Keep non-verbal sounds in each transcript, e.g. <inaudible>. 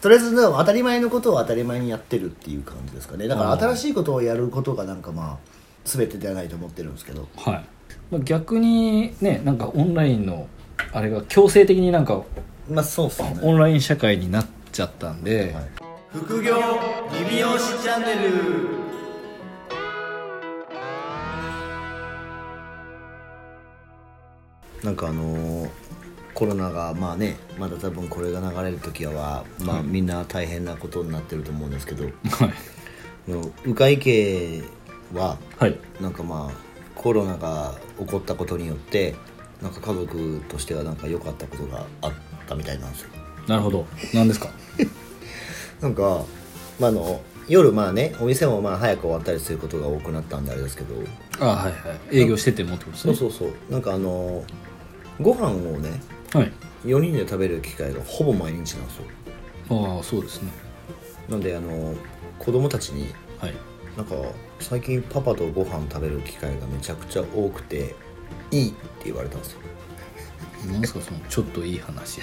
とりあえずでも当たり前のことを当たり前にやってるっていう感じですかねだから新しいことをやることがなんかまあ全てではないと思ってるんですけどはいまあ逆にねなんかオンラインのあれが強制的になんかまあそうっすねオンライン社会になっちゃったんで、はい副業リビオシチャンネルなんかあのーコロナがまあねまだ多分これが流れる時はまあみんな大変なことになってると思うんですけど、はいあの鵜飼家ははいなんかまあコロナが起こったことによってなんか家族としてはなんか良かったことがあったみたいなんですよなるほど何ですかなんか、まあ、あの夜まあねお店もまあ早く終わったりすることが多くなったんであれですけどあはいはい営業しててもってことですそうねそうそうなんかあのご飯をねはい4人で食べる機会がほぼ毎日なんですよああそうですねなんであの子供たちにはいなんか最近パパとご飯食べる機会がめちゃくちゃ多くていいって言われたんですよ何ですかそのちょっといい話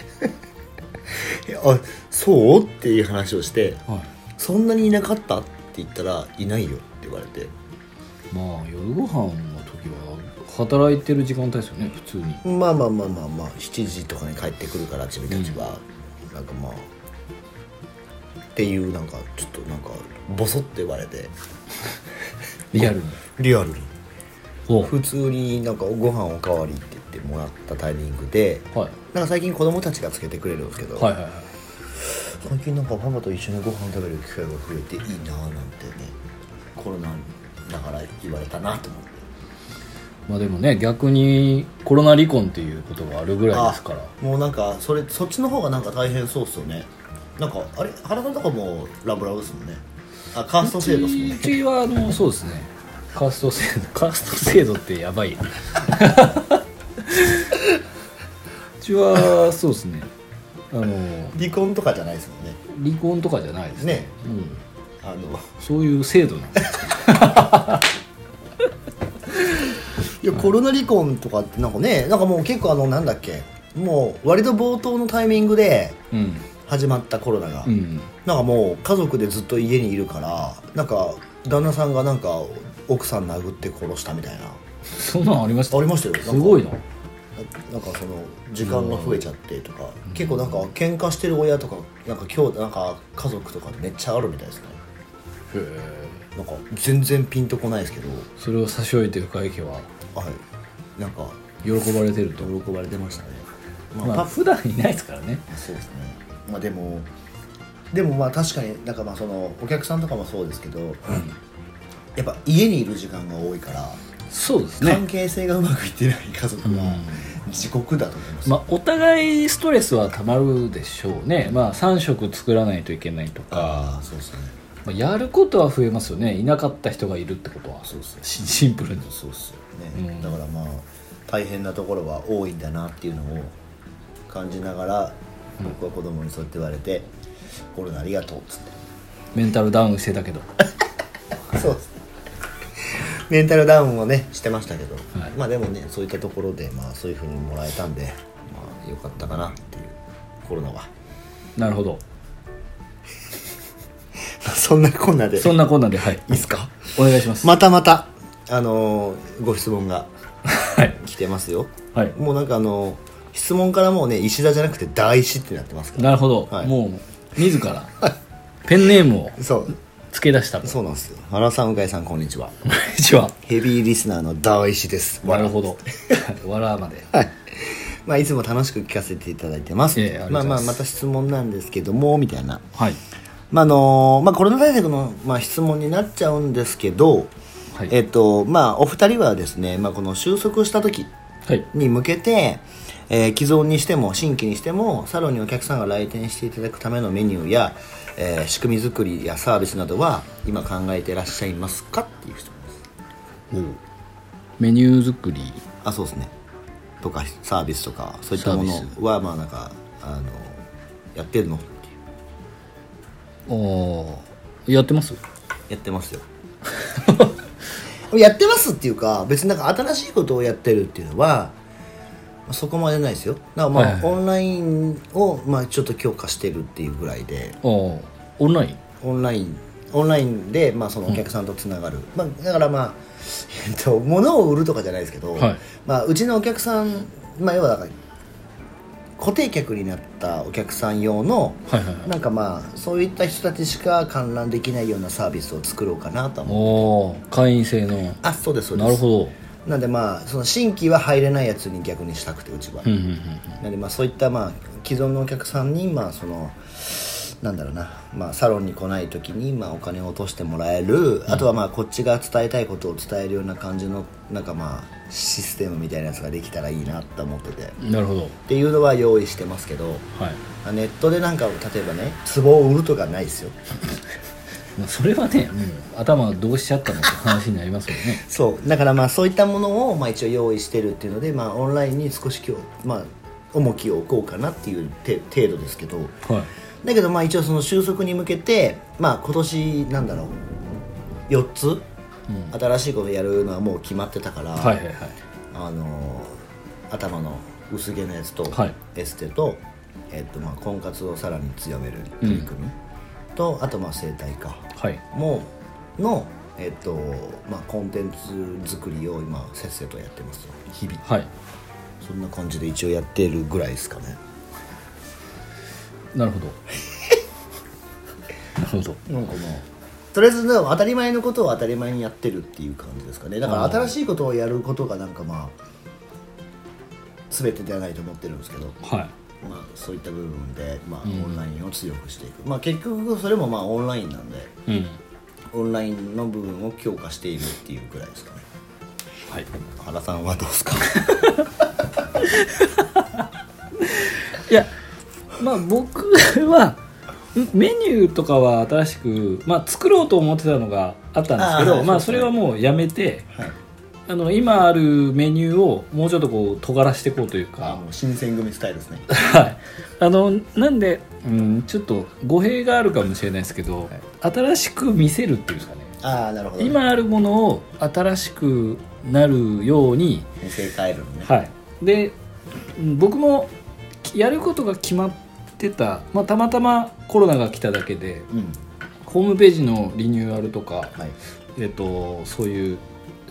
えあそうっていう話をしてはいそんなにいなかったって言ったらいないよって言われてまあ夜ご飯の時は働いてる時間帯ですよね普通にまあまあまあまあまあ7時とかに帰ってくるから自分たちは、なんかまあっていうなんかちょっとなんかボソって言われてリアルにリアルにお普通になんかご飯おかわりって言ってもらったタイミングではいなんか最近子供たちがつけてくれるんですけど、はいはいはい最近なんかパパと一緒にご飯食べる機会が増えていいなぁなんてねコロナだから言われたなと思ってまあでもね逆にコロナ離婚っていうことがあるぐらいですからもうなんかそれそっちの方がなんか大変そうっすよねなんかあれ原さんとかもラブラブですもんねあカースト制度っすもんねうちはあのそうですねカースト制度カースト制度ってやばいうちはそうですねあの離婚とかじゃないですもんね離婚とかじゃないですねねうん、あのそういう制度なんですいやコロナ離婚とかってなんかねなんかもう結構あのなんだっけもう割と冒頭のタイミングでうん、始まったコロナが、うん、なんかもう家族でずっと家にいるからなんか旦那さんがなんか奥さん殴って殺したみたいなあそんなんありましたりましたよすごいななんかその時間が増えちゃってとか、結構なんか喧嘩してる親とかなんか今日なんか家族とかめっちゃあるみたいですねなんか全然ピンとこないですけどそれを差し置いて深井家ははいなんか喜ばれてると、喜ばれてましたねまあ、まあ、パ普段いないですからねそうですねまあでもでもまあ確かになんかまあそのお客さんとかもそうですけど、やっぱ家にいる時間が多いからそうですね関係性がうまくいってない家族は地獄だと思います、まあ、お互いストレスはたまるでしょうね、まあ、3食作らないといけないとか、ああそうですねまあ、やることは増えますよねいなかった人がいるってことはそうですねシシンプルにそうっすうよね、んだからまあ大変なところは多いんだなっていうのを感じながら僕は子供にそうやって言われて「コロナありがとう」っつってメンタルダウンしてた <laughs> けどそうですね <laughs> メンタルダウンをねしてましたけど、はいまあでもねそういったところでまあそういうふうにもらえたんでまあよかったかなっていうコロナは <laughs> なるほどそんなこんなでそんなこんなではいいいっすかお願いします、またまたあのーご質問がはい来てますよはいもうなんかあのー質問からもうね石田じゃなくて大石ってなってますからなるほど、はいもう自らペンネームをそう付け出したとそうなんですよ原さん向井さんこんにちはこんにちはヘビーリスナーの大石ですなるほどわらまではい <laughs> まあいつも楽しく聞かせていただいてますいえいえありまあがとうごまざあいますまた質問なんですけどもみたいなはいまああのーまあコロナ対策のまあ質問になっちゃうんですけど、はいえっとまあお二人はですねまあこの収束した時はいに向けて、えー既存にしても新規にしてもサロンにお客さんが来店していただくためのメニューや、えー仕組み作りやサービスなどは今考えていらっしゃいますかっていう質問ですメニュー作りあそうですねとかサービスとかそういったもサービのはまあなんかあのやってるのっていうああやってますやってますよやってますっていうか別になんか新しいことをやってるっていうのはそこまでないですよだからまあ、はいはいオンラインを、まあ、ちょっと強化してるっていうぐらいでおうオンラインオンラインオンラインで、まあ、そのお客さんとつながる、まあ、だからまあ、 <laughs> えっと、物を売るとかじゃないですけど、はいまあ、うちのお客さん、まあ、要はだから固定客になったお客さん用の、はいはいはいなんかまあそういった人たちしか観覧できないようなサービスを作ろうかなとは思うおー会員制のあそうですそうですなるほなんでまあその新規は入れないやつに逆にしたくてうちは、どうんうんうんなんでまあそういったまあ既存のお客さんにまあそのなんだろうな、まあ、サロンに来ない時にまあお金を落としてもらえる、あとはまあこっちが伝えたいことを伝えるような感じのなんかまあシステムみたいなやつができたらいいなと思っててっうんなるほどていうのは用意してますけどはいあネットでなんか例えばね壺を売るとかないですよまあそれはね、頭どうしちゃったのって話になりますよ <laughs> ねそうだからまあそういったものをまあ一応用意してるっていうのでまあオンラインに少し今日まあ重きを置こうかなっていうて程度ですけど <laughs> はいだけどまあ一応その収束に向けてまあ今年なんだろう4つ、新しいことやるのはもう決まってたから、はいはいはいあのー頭の薄毛のやつと、はいエステと,、えっとまあ婚活をさらに強める取り組み、とあとまあ整体かはいもの、えっとまあ、コンテンツ作りを今せっせとやってますよ日々はいそんな感じで一応やってるぐらいですかねなる <laughs> ほどなるほどなんかまあとりあえずでも当たり前のことを当たり前にやってるっていう感じですかねだから新しいことをやることがなんかまあ全てではないと思ってるんですけど、はいまあ、そういった部分で、まあ、オンラインを強くしていく、まあ結局それもまあオンラインなんでうんオンラインの部分を強化しているっていうぐらいですかねはい原さんはどうですかいやまあ僕はんメニューとかは新しく、まあ、作ろうと思ってたのがあったんですけあーどはいまあ、そそうですねれはもうやめてはいあの今あるメニューをもうちょっとこう尖らしていこうという <laughs> あかもう新選組スタイルですねはい、あのなんで、うん、ちょっと語弊があるかもしれないですけど、新しく見せるっていうんですかねああなるほど今あるものを新しくなるように、見せ替えるのねはい、でうん僕もきやることが決まってた、まあ、たまたまコロナが来ただけでうんホームページのリニューアルとか、はいえっとそういう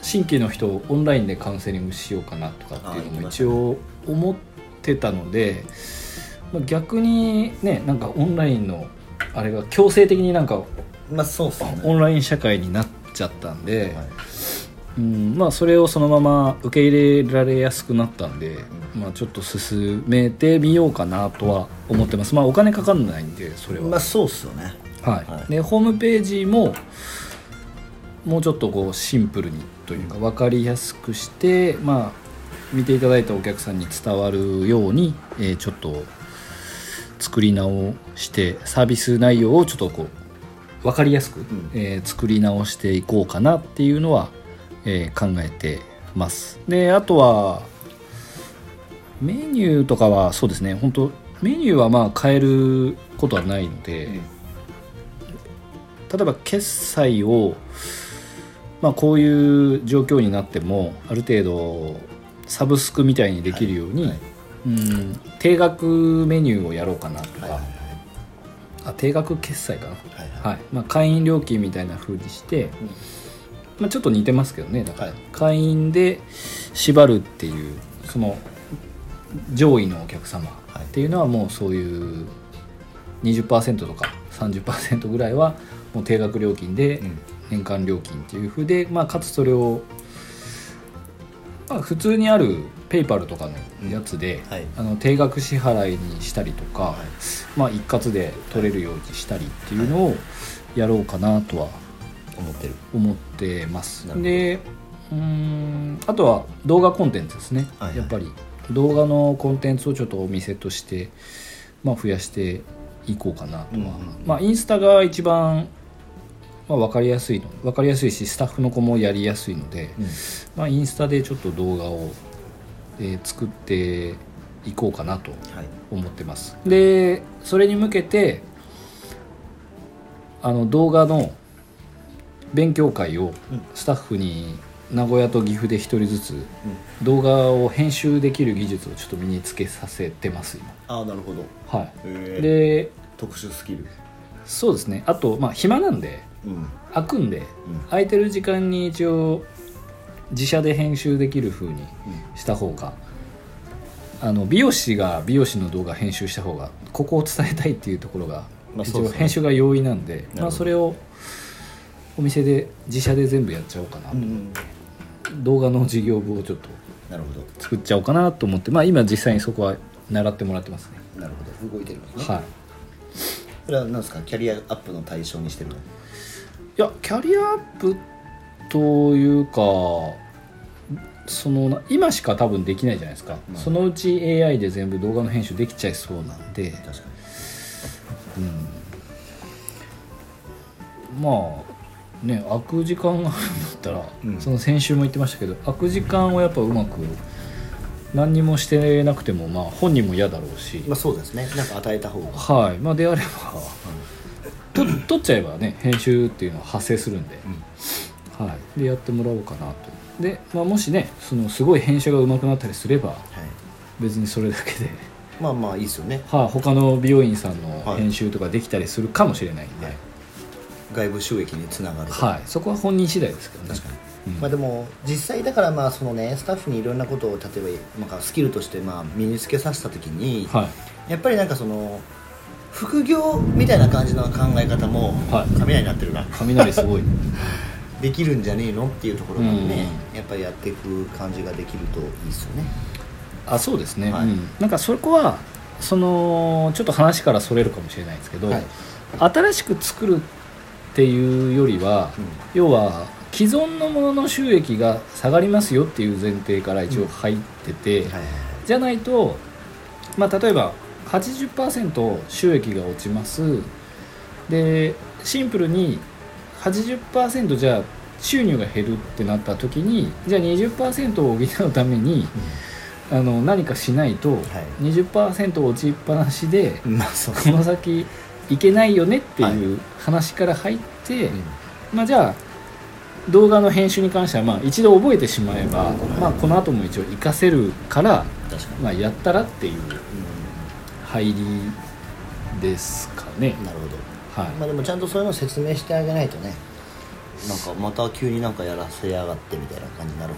新規の人をオンラインでカウンセリングしようかなとかっていうのも一応思ってたので、まあ、逆にねなんかオンラインのあれが強制的になんかまあそうっすねオンライン社会になっちゃったんで、はいうんまあ、それをそのまま受け入れられやすくなったんで、うまあ、ちょっと進めてみようかなとは思ってます、まあ、お金かかんないんでそれはまあそうっすよねはいはいでホームページももうちょっとこうシンプルにというか分かりやすくして、まあ、見ていただいたお客さんに伝わるように、えーちょっと作り直してサービス内容をちょっとこう分かりやすく、んえー作り直していこうかなっていうのは、えー考えてます。であとはメニューとかはそうですね本当メニューはまあ変えることはないので、うん例えば決済を、まあ、こういう状況になってもある程度サブスクみたいにできるように、はいはいうん定額メニューをやろうかなとか、はいはいあ定額決済かな、はいはいはいまあ、会員料金みたいな風にしうて、んまあ、ちょっと似てますけどねだから、はい会員で縛るっていうその上位のお客様はいっていうのはもうそういう20%とか30%ぐらいはもう定額料金でうん年間料金っていうふうで、まあ、かつそれを、まあ、普通にあるペイパルとかのやつで、うんはいあの定額支払いにしたりとか、いまあ、一括で取れるようにしたりっていうのをやろうかなとは思ってる思ってますなるほどでうーんあとは動画コンテンツですね、はいはいやっぱり動画のコンテンツをちょっとお店として、まあ、増やしていこうかなとは、うんうんうんまあ、インスタが一番、まあ、分かりやすいの分かりやすいしスタッフの子もやりやすいので、うんまあ、インスタでちょっと動画を、えー作っていこうかなとはい思ってますでそれに向けてあの動画の勉強会をスタッフに名古屋と岐阜で1人ずつ動画を編集できる技術をちょっと身につけさせてます今ああなるほどはへいえで特殊スキルそうですねあとまあ暇なんでうん開くんで、空いてる時間に一応自社で編集できる風にした方が、あの美容師が美容師の動画編集した方がここを伝えたいっていうところがまあ一そうで応すね編集が容易なんで、ほどまあ、それをお店で自社で全部やっちゃおうかな、ん動画の事業部をちょっとなるほど作っちゃおうかなと思ってまあ今実際にそこは習ってもらってますね、なるほど動いてるんですねはいそれは何ですかキャリアアップの対象にしてるのいやキャリアアップというかそのな今しか多分できないじゃないですか、そのうち AI で全部動画の編集できちゃいそうなんで確かまあね空く時間があるんだったら、うんその先週も言ってましたけど空く時間をやっぱうまく何にもしてなくてもまあ本人も嫌だろうしに、まあそうですねなんか与えた方がはいまあであれば、と取っちゃえばね編集っていうのは発生するんで、はい、でやってもらおうかなとで、まあ、もしねそのすごい編集が上手くなったりすればはい別にそれだけで、まあまあいいですよねはい、他の美容院さんのはい編集とかできたりするかもしれないんで、ははいい外部収益につながるそこは本人次第ですけどね確かに、うんまあでも実際だからまあそのねスタッフにいろんなことを例えばなんかスキルとしてまあ身につけさせた時に、はいやっぱりなんかその副業みたいな感じの考え方もはい雷になってるな、雷すごいできるんじゃねえのっていうところからね、やっぱりやっていく感じができるといいですよね <laughs> あそうですね、はいうんなんかそこはそのちょっと話からそれるかもしれないですけど、はい新しく作るっていうよりは、うん要は既存のものの収益が下がりますよっていう前提から一応入ってて、はいじゃないと、まあ、例えば80%収益が落ちますでシンプルに80%じゃあ収入が減るってなった時にじゃあ20%を補うために、あの何かしないと、20%落ちっぱなしで、まあそうこの先いけないよねっていう話から入って、まあ、じゃあ動画の編集に関してはまあ一度覚えてしまえば、まあ、この後も一応活かせるから、確かに、まあ、やったらっていう入りですかねうん、なるほどはい、まあでもちゃんとそういうのを説明してあげないとねなんかまた急になんかやらせやがってみたいな感じになるん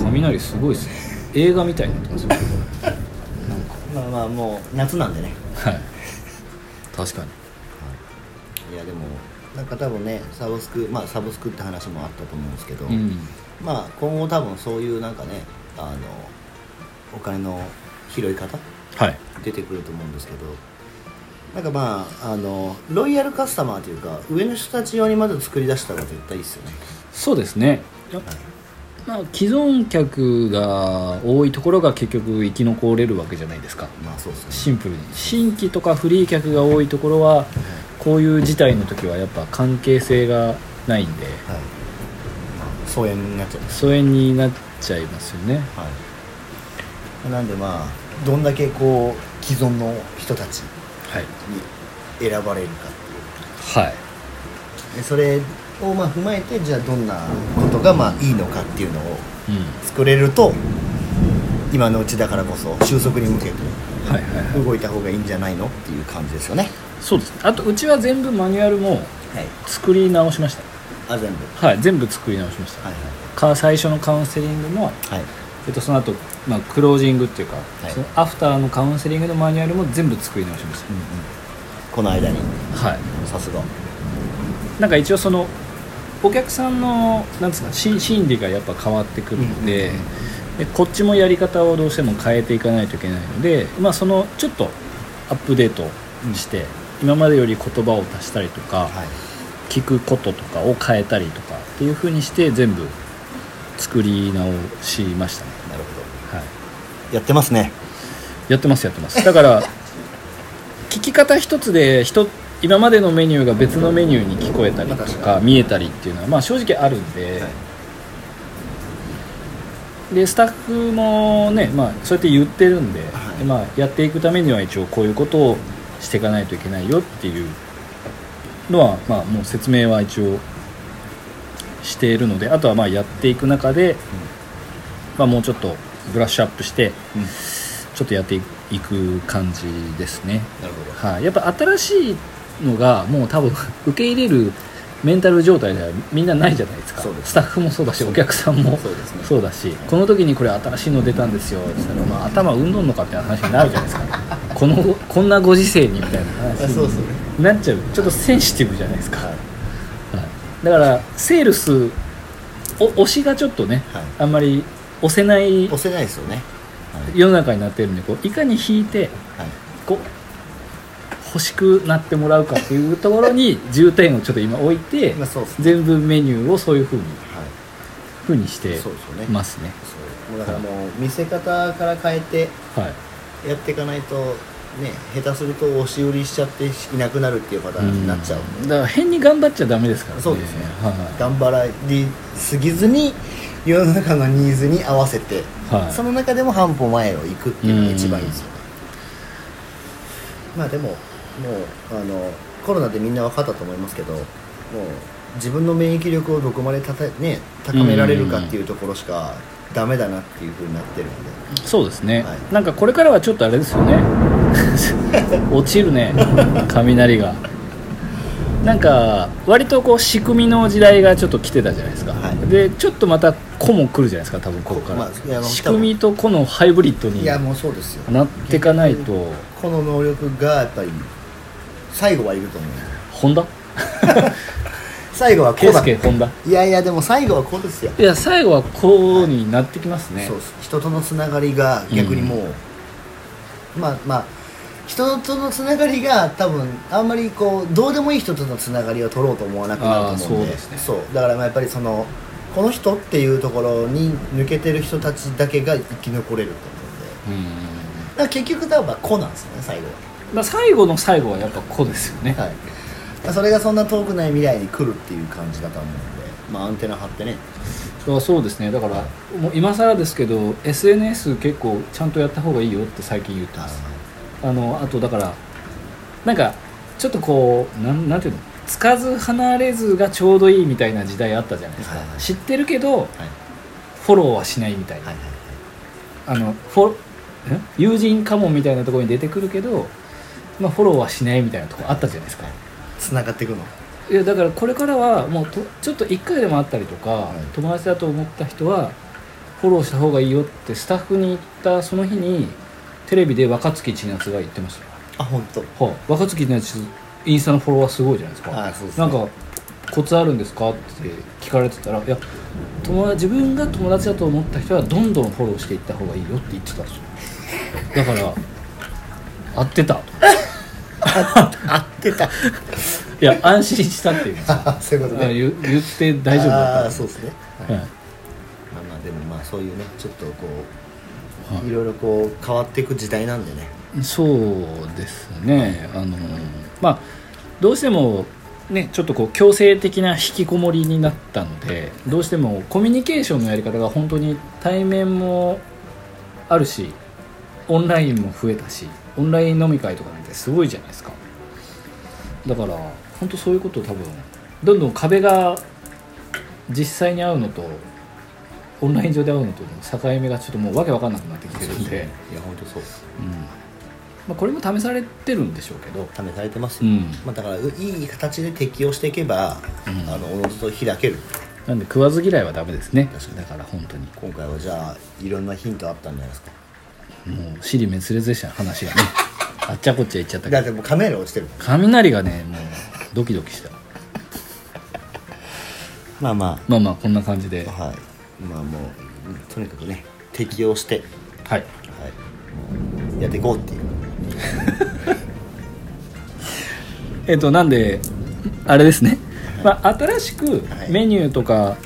だうん雷すごいですね映画みたいになって <laughs> ますよなんかまあまあもう夏なんでねはい確かにいやでもなんか多分ねサブスクまあサブスクって話もあったと思うんですけど、うんまあ今後多分そういうなんかねあのお金の拾い方はい出てくると思うんですけどなんかまああのロイヤルカスタマーというか上の人たち用にまず作り出した方が絶対いいですよね、そうですねまあ既存客が多いところが結局生き残れるわけじゃないですかまあそうですねシンプルに新規とかフリー客が多いところはこういう事態の時はやっぱ関係性がないんではい、まあ、疎遠になっちゃいます疎遠になっちゃいますよねはいなんでまあどんだけこう既存の人たちはいに選ばれるかはいでそれをまあ踏まえてじゃあどんなことがまあいいのかっていうのをうん作れると今のうちだからこそ収束に向けてはいはいはい動いた方がいいんじゃないのっていう感じですよねそうですねあとうちは全部マニュアルもはい作り直しましあ全部たはい全部作り直しました、はいか最初のカウンセリングもはいはいえっと、その後、まあクロージングっていうか、いそのアフターのカウンセリングのマニュアルも全部作り直しましこの間にた、はい、さすがなんか一応そのお客さんのなんですかし心理がやっぱ変わってくるので,、でこっちもやり方をどうしても変えていかないといけないので、まあ、そのちょっとアップデートして、今までより言葉を足したりとはいか、聞くこととかを変えたりとかっていう風にして全部作り直しましたね、なるほはい、どやってますねやってますやってますだから聞き方一つで人今までのメニューが別のメニューに聞こえたりまあと確か見えたりっていうのはまあ正直あるんで、はいでスタッフもね、まあ、そうやって言ってるんで,で、はいまあ、やっていくためには一応こういうことをしていかないといけないよっていうのは、まあ、もう説明は一応しているのであとはまあやっていく中で、まあ、もうちょっとブラッシュアップして、うんちょっとやっていく感じですね、なるほどはい、やっぱ新しいのがもう多分 <laughs> 受け入れるメンタル状態ではみんなないじゃないですかそうですスタッフもそうだしお客さんもそうですねそうだしこの時にこれ新しいの出たんですよって言ったら、まあ、頭うんどんのかって話になるじゃないで <laughs> すかこのこんなご時世にみたいな話あそうですねになっちゃうちょっとセンシティブじゃないですか、はいはい、だからセールスお推しがちょっとね、はいあんまり押せない押せないですよねはい、世の中になってるんでこういかに引いてはい、こう欲しくなってもらうかっていうところ <laughs> に重点をちょっと今置いてまあそうですね全部メニューをそういうふうにはいふうにしてそうですよねますねそうもうだからもう見せ方から変えてはいやっていかないとね下手すると押し売りしちゃっていなくなるっていうパターンになっちゃうんで、だから変に頑張っちゃダメですからねそうですねは頑張りすぎずに世の中のニーズに合わせて、はいその中でも半歩前を行くっていうのが一番いいですよね、まあでももうあのコロナでみんな分かったと思いますけどもう自分の免疫力をどこまでたた、ね、高められるかっていうところしかダメだなっていうふうになってるんで、いそうですね、はいなんかこれからはちょっとあれですよ <laughs> ね落ちるね雷がなんか割とこう仕組みの時代がちょっと来てたじゃないですか、はいでちょっとまた個も来るじゃないですか多分ここから、まあいやあの仕組みと個のハイブリッドにいやもうそうですよなってかないとこの能力がやっぱり最後はいると思う本田最後はこ圭うだ佑本田いやいやでも最後はこうですよ、いや最後はこうになってきますね、そうです人とのつながりが逆にもう、まあまあ人とのつながりが多分あんまりこうどうでもいい人とのつながりを取ろうと思わなくなると思うんであーそうですねそうだからまあやっぱりそのこの人っていうところに抜けてる人たちだけが生き残れると思うんでうんうんうんだから結局多分子なんですよね最後は。まあ、最後の最後はやっぱこうですよね、はいまあ、それがそんな遠くない未来に来るっていう感じだと思うんで、まあ、アンテナ張ってねあそうですねだからもう今更ですけど SNS 結構ちゃんとやった方がいいよって最近言ってますあのあとだからなんかちょっとこうなんなんていうのつかず離れずがちょうどいいみたいな時代あったじゃないですか、はいはい知ってるけどはいフォローはしないみたいな、はいはいあのフォロん友人かもみたいなところに出てくるけど、まあ、フォローはしないみたいなところあったじゃないですか、つながっていくのいやだからこれからはもうとちょっと1回でもあったりとか、い友達だと思った人はフォローした方がいいよってスタッフに言ったその日にテレビで若槻千夏が言ってましたよあ本当。はい、若槻千夏インスタのフォロワーすごいじゃないですかあそうですねなんかコツあるんですかって聞かれてたらいや友達自分が友達だと思った人はどんどんフォローしていった方がいいよって言ってたんですよだから合っ <laughs> てたと合ってたいや安心したって <laughs> いうんですよあ <laughs> そういうことあね言言って大丈夫だあっーそうですね、たはいはいまあまあでもまあそういうねちょっとこう、はいい、ろいろこう変わっていく時代なんでねそうですねあのまあどうしてもねちょっとこう強制的な引きこもりになったのでどうしてもコミュニケーションのやり方が本当に対面もあるしオンラインも増えたしオンライン飲み会とかなんてすごいじゃないですかだから本当そういうことを多分どんどん壁が実際に会うのとオンライン上で会うのとの境目がちょっともうわけわかんなくなってきてるんいで。や本当そううんまあ、これも試されてるんでしょうけど、試されてますうよ、ん、まあ、だからういい形で適応していけば、うんあのおのずと開けるなんで食わず嫌いはダメですね確かにだから本当に今回はじゃあいろんなヒントあったんじゃないですかもう尻滅裂でしたね話 <laughs> がねあっちゃこっちゃいっちゃったけだっどてもうカメラ落ちてるもん雷がねもうドキドキしたまあまあまあまあこんな感じでははい、まあもうとにかくね適応して、いはい、もうやっていこうっていうえっ、となんであれですね、まあ、新しくはいメニューとか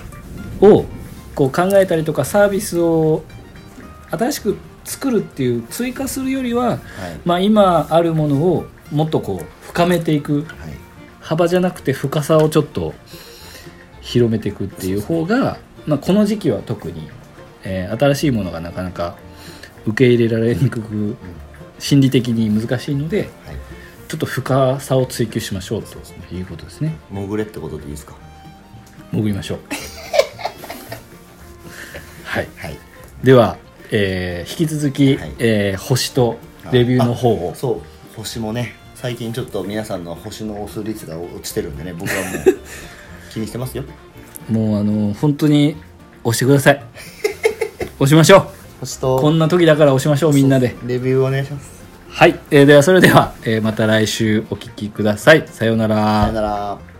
をこう考えたりとかサービスを新しく作るっていう追加するよりはは、いまあ、今あるものをもっとこう深めていくはい幅じゃなくて深さをちょっと広めていくっていう方が、まあ、この時期は特に、えー新しいものがなかなか受け入れられにくく心理的に難しいのではいちょっと深さを追求しましょうということですね潜れってことでいいですか潜りましょう <laughs> はいはいでは、えー引き続き、はいえー星とレビューの方をあそう星もね最近ちょっと皆さんの星の押す率が落ちてるんでね僕はも <laughs> う気にしてますよもうあの本当に押してください押しましょ星うとこんな時だから押しましょうみんなでレビューお願いしますはい、えーではそれでは、えーまた来週お聞きくださいさようならさよなら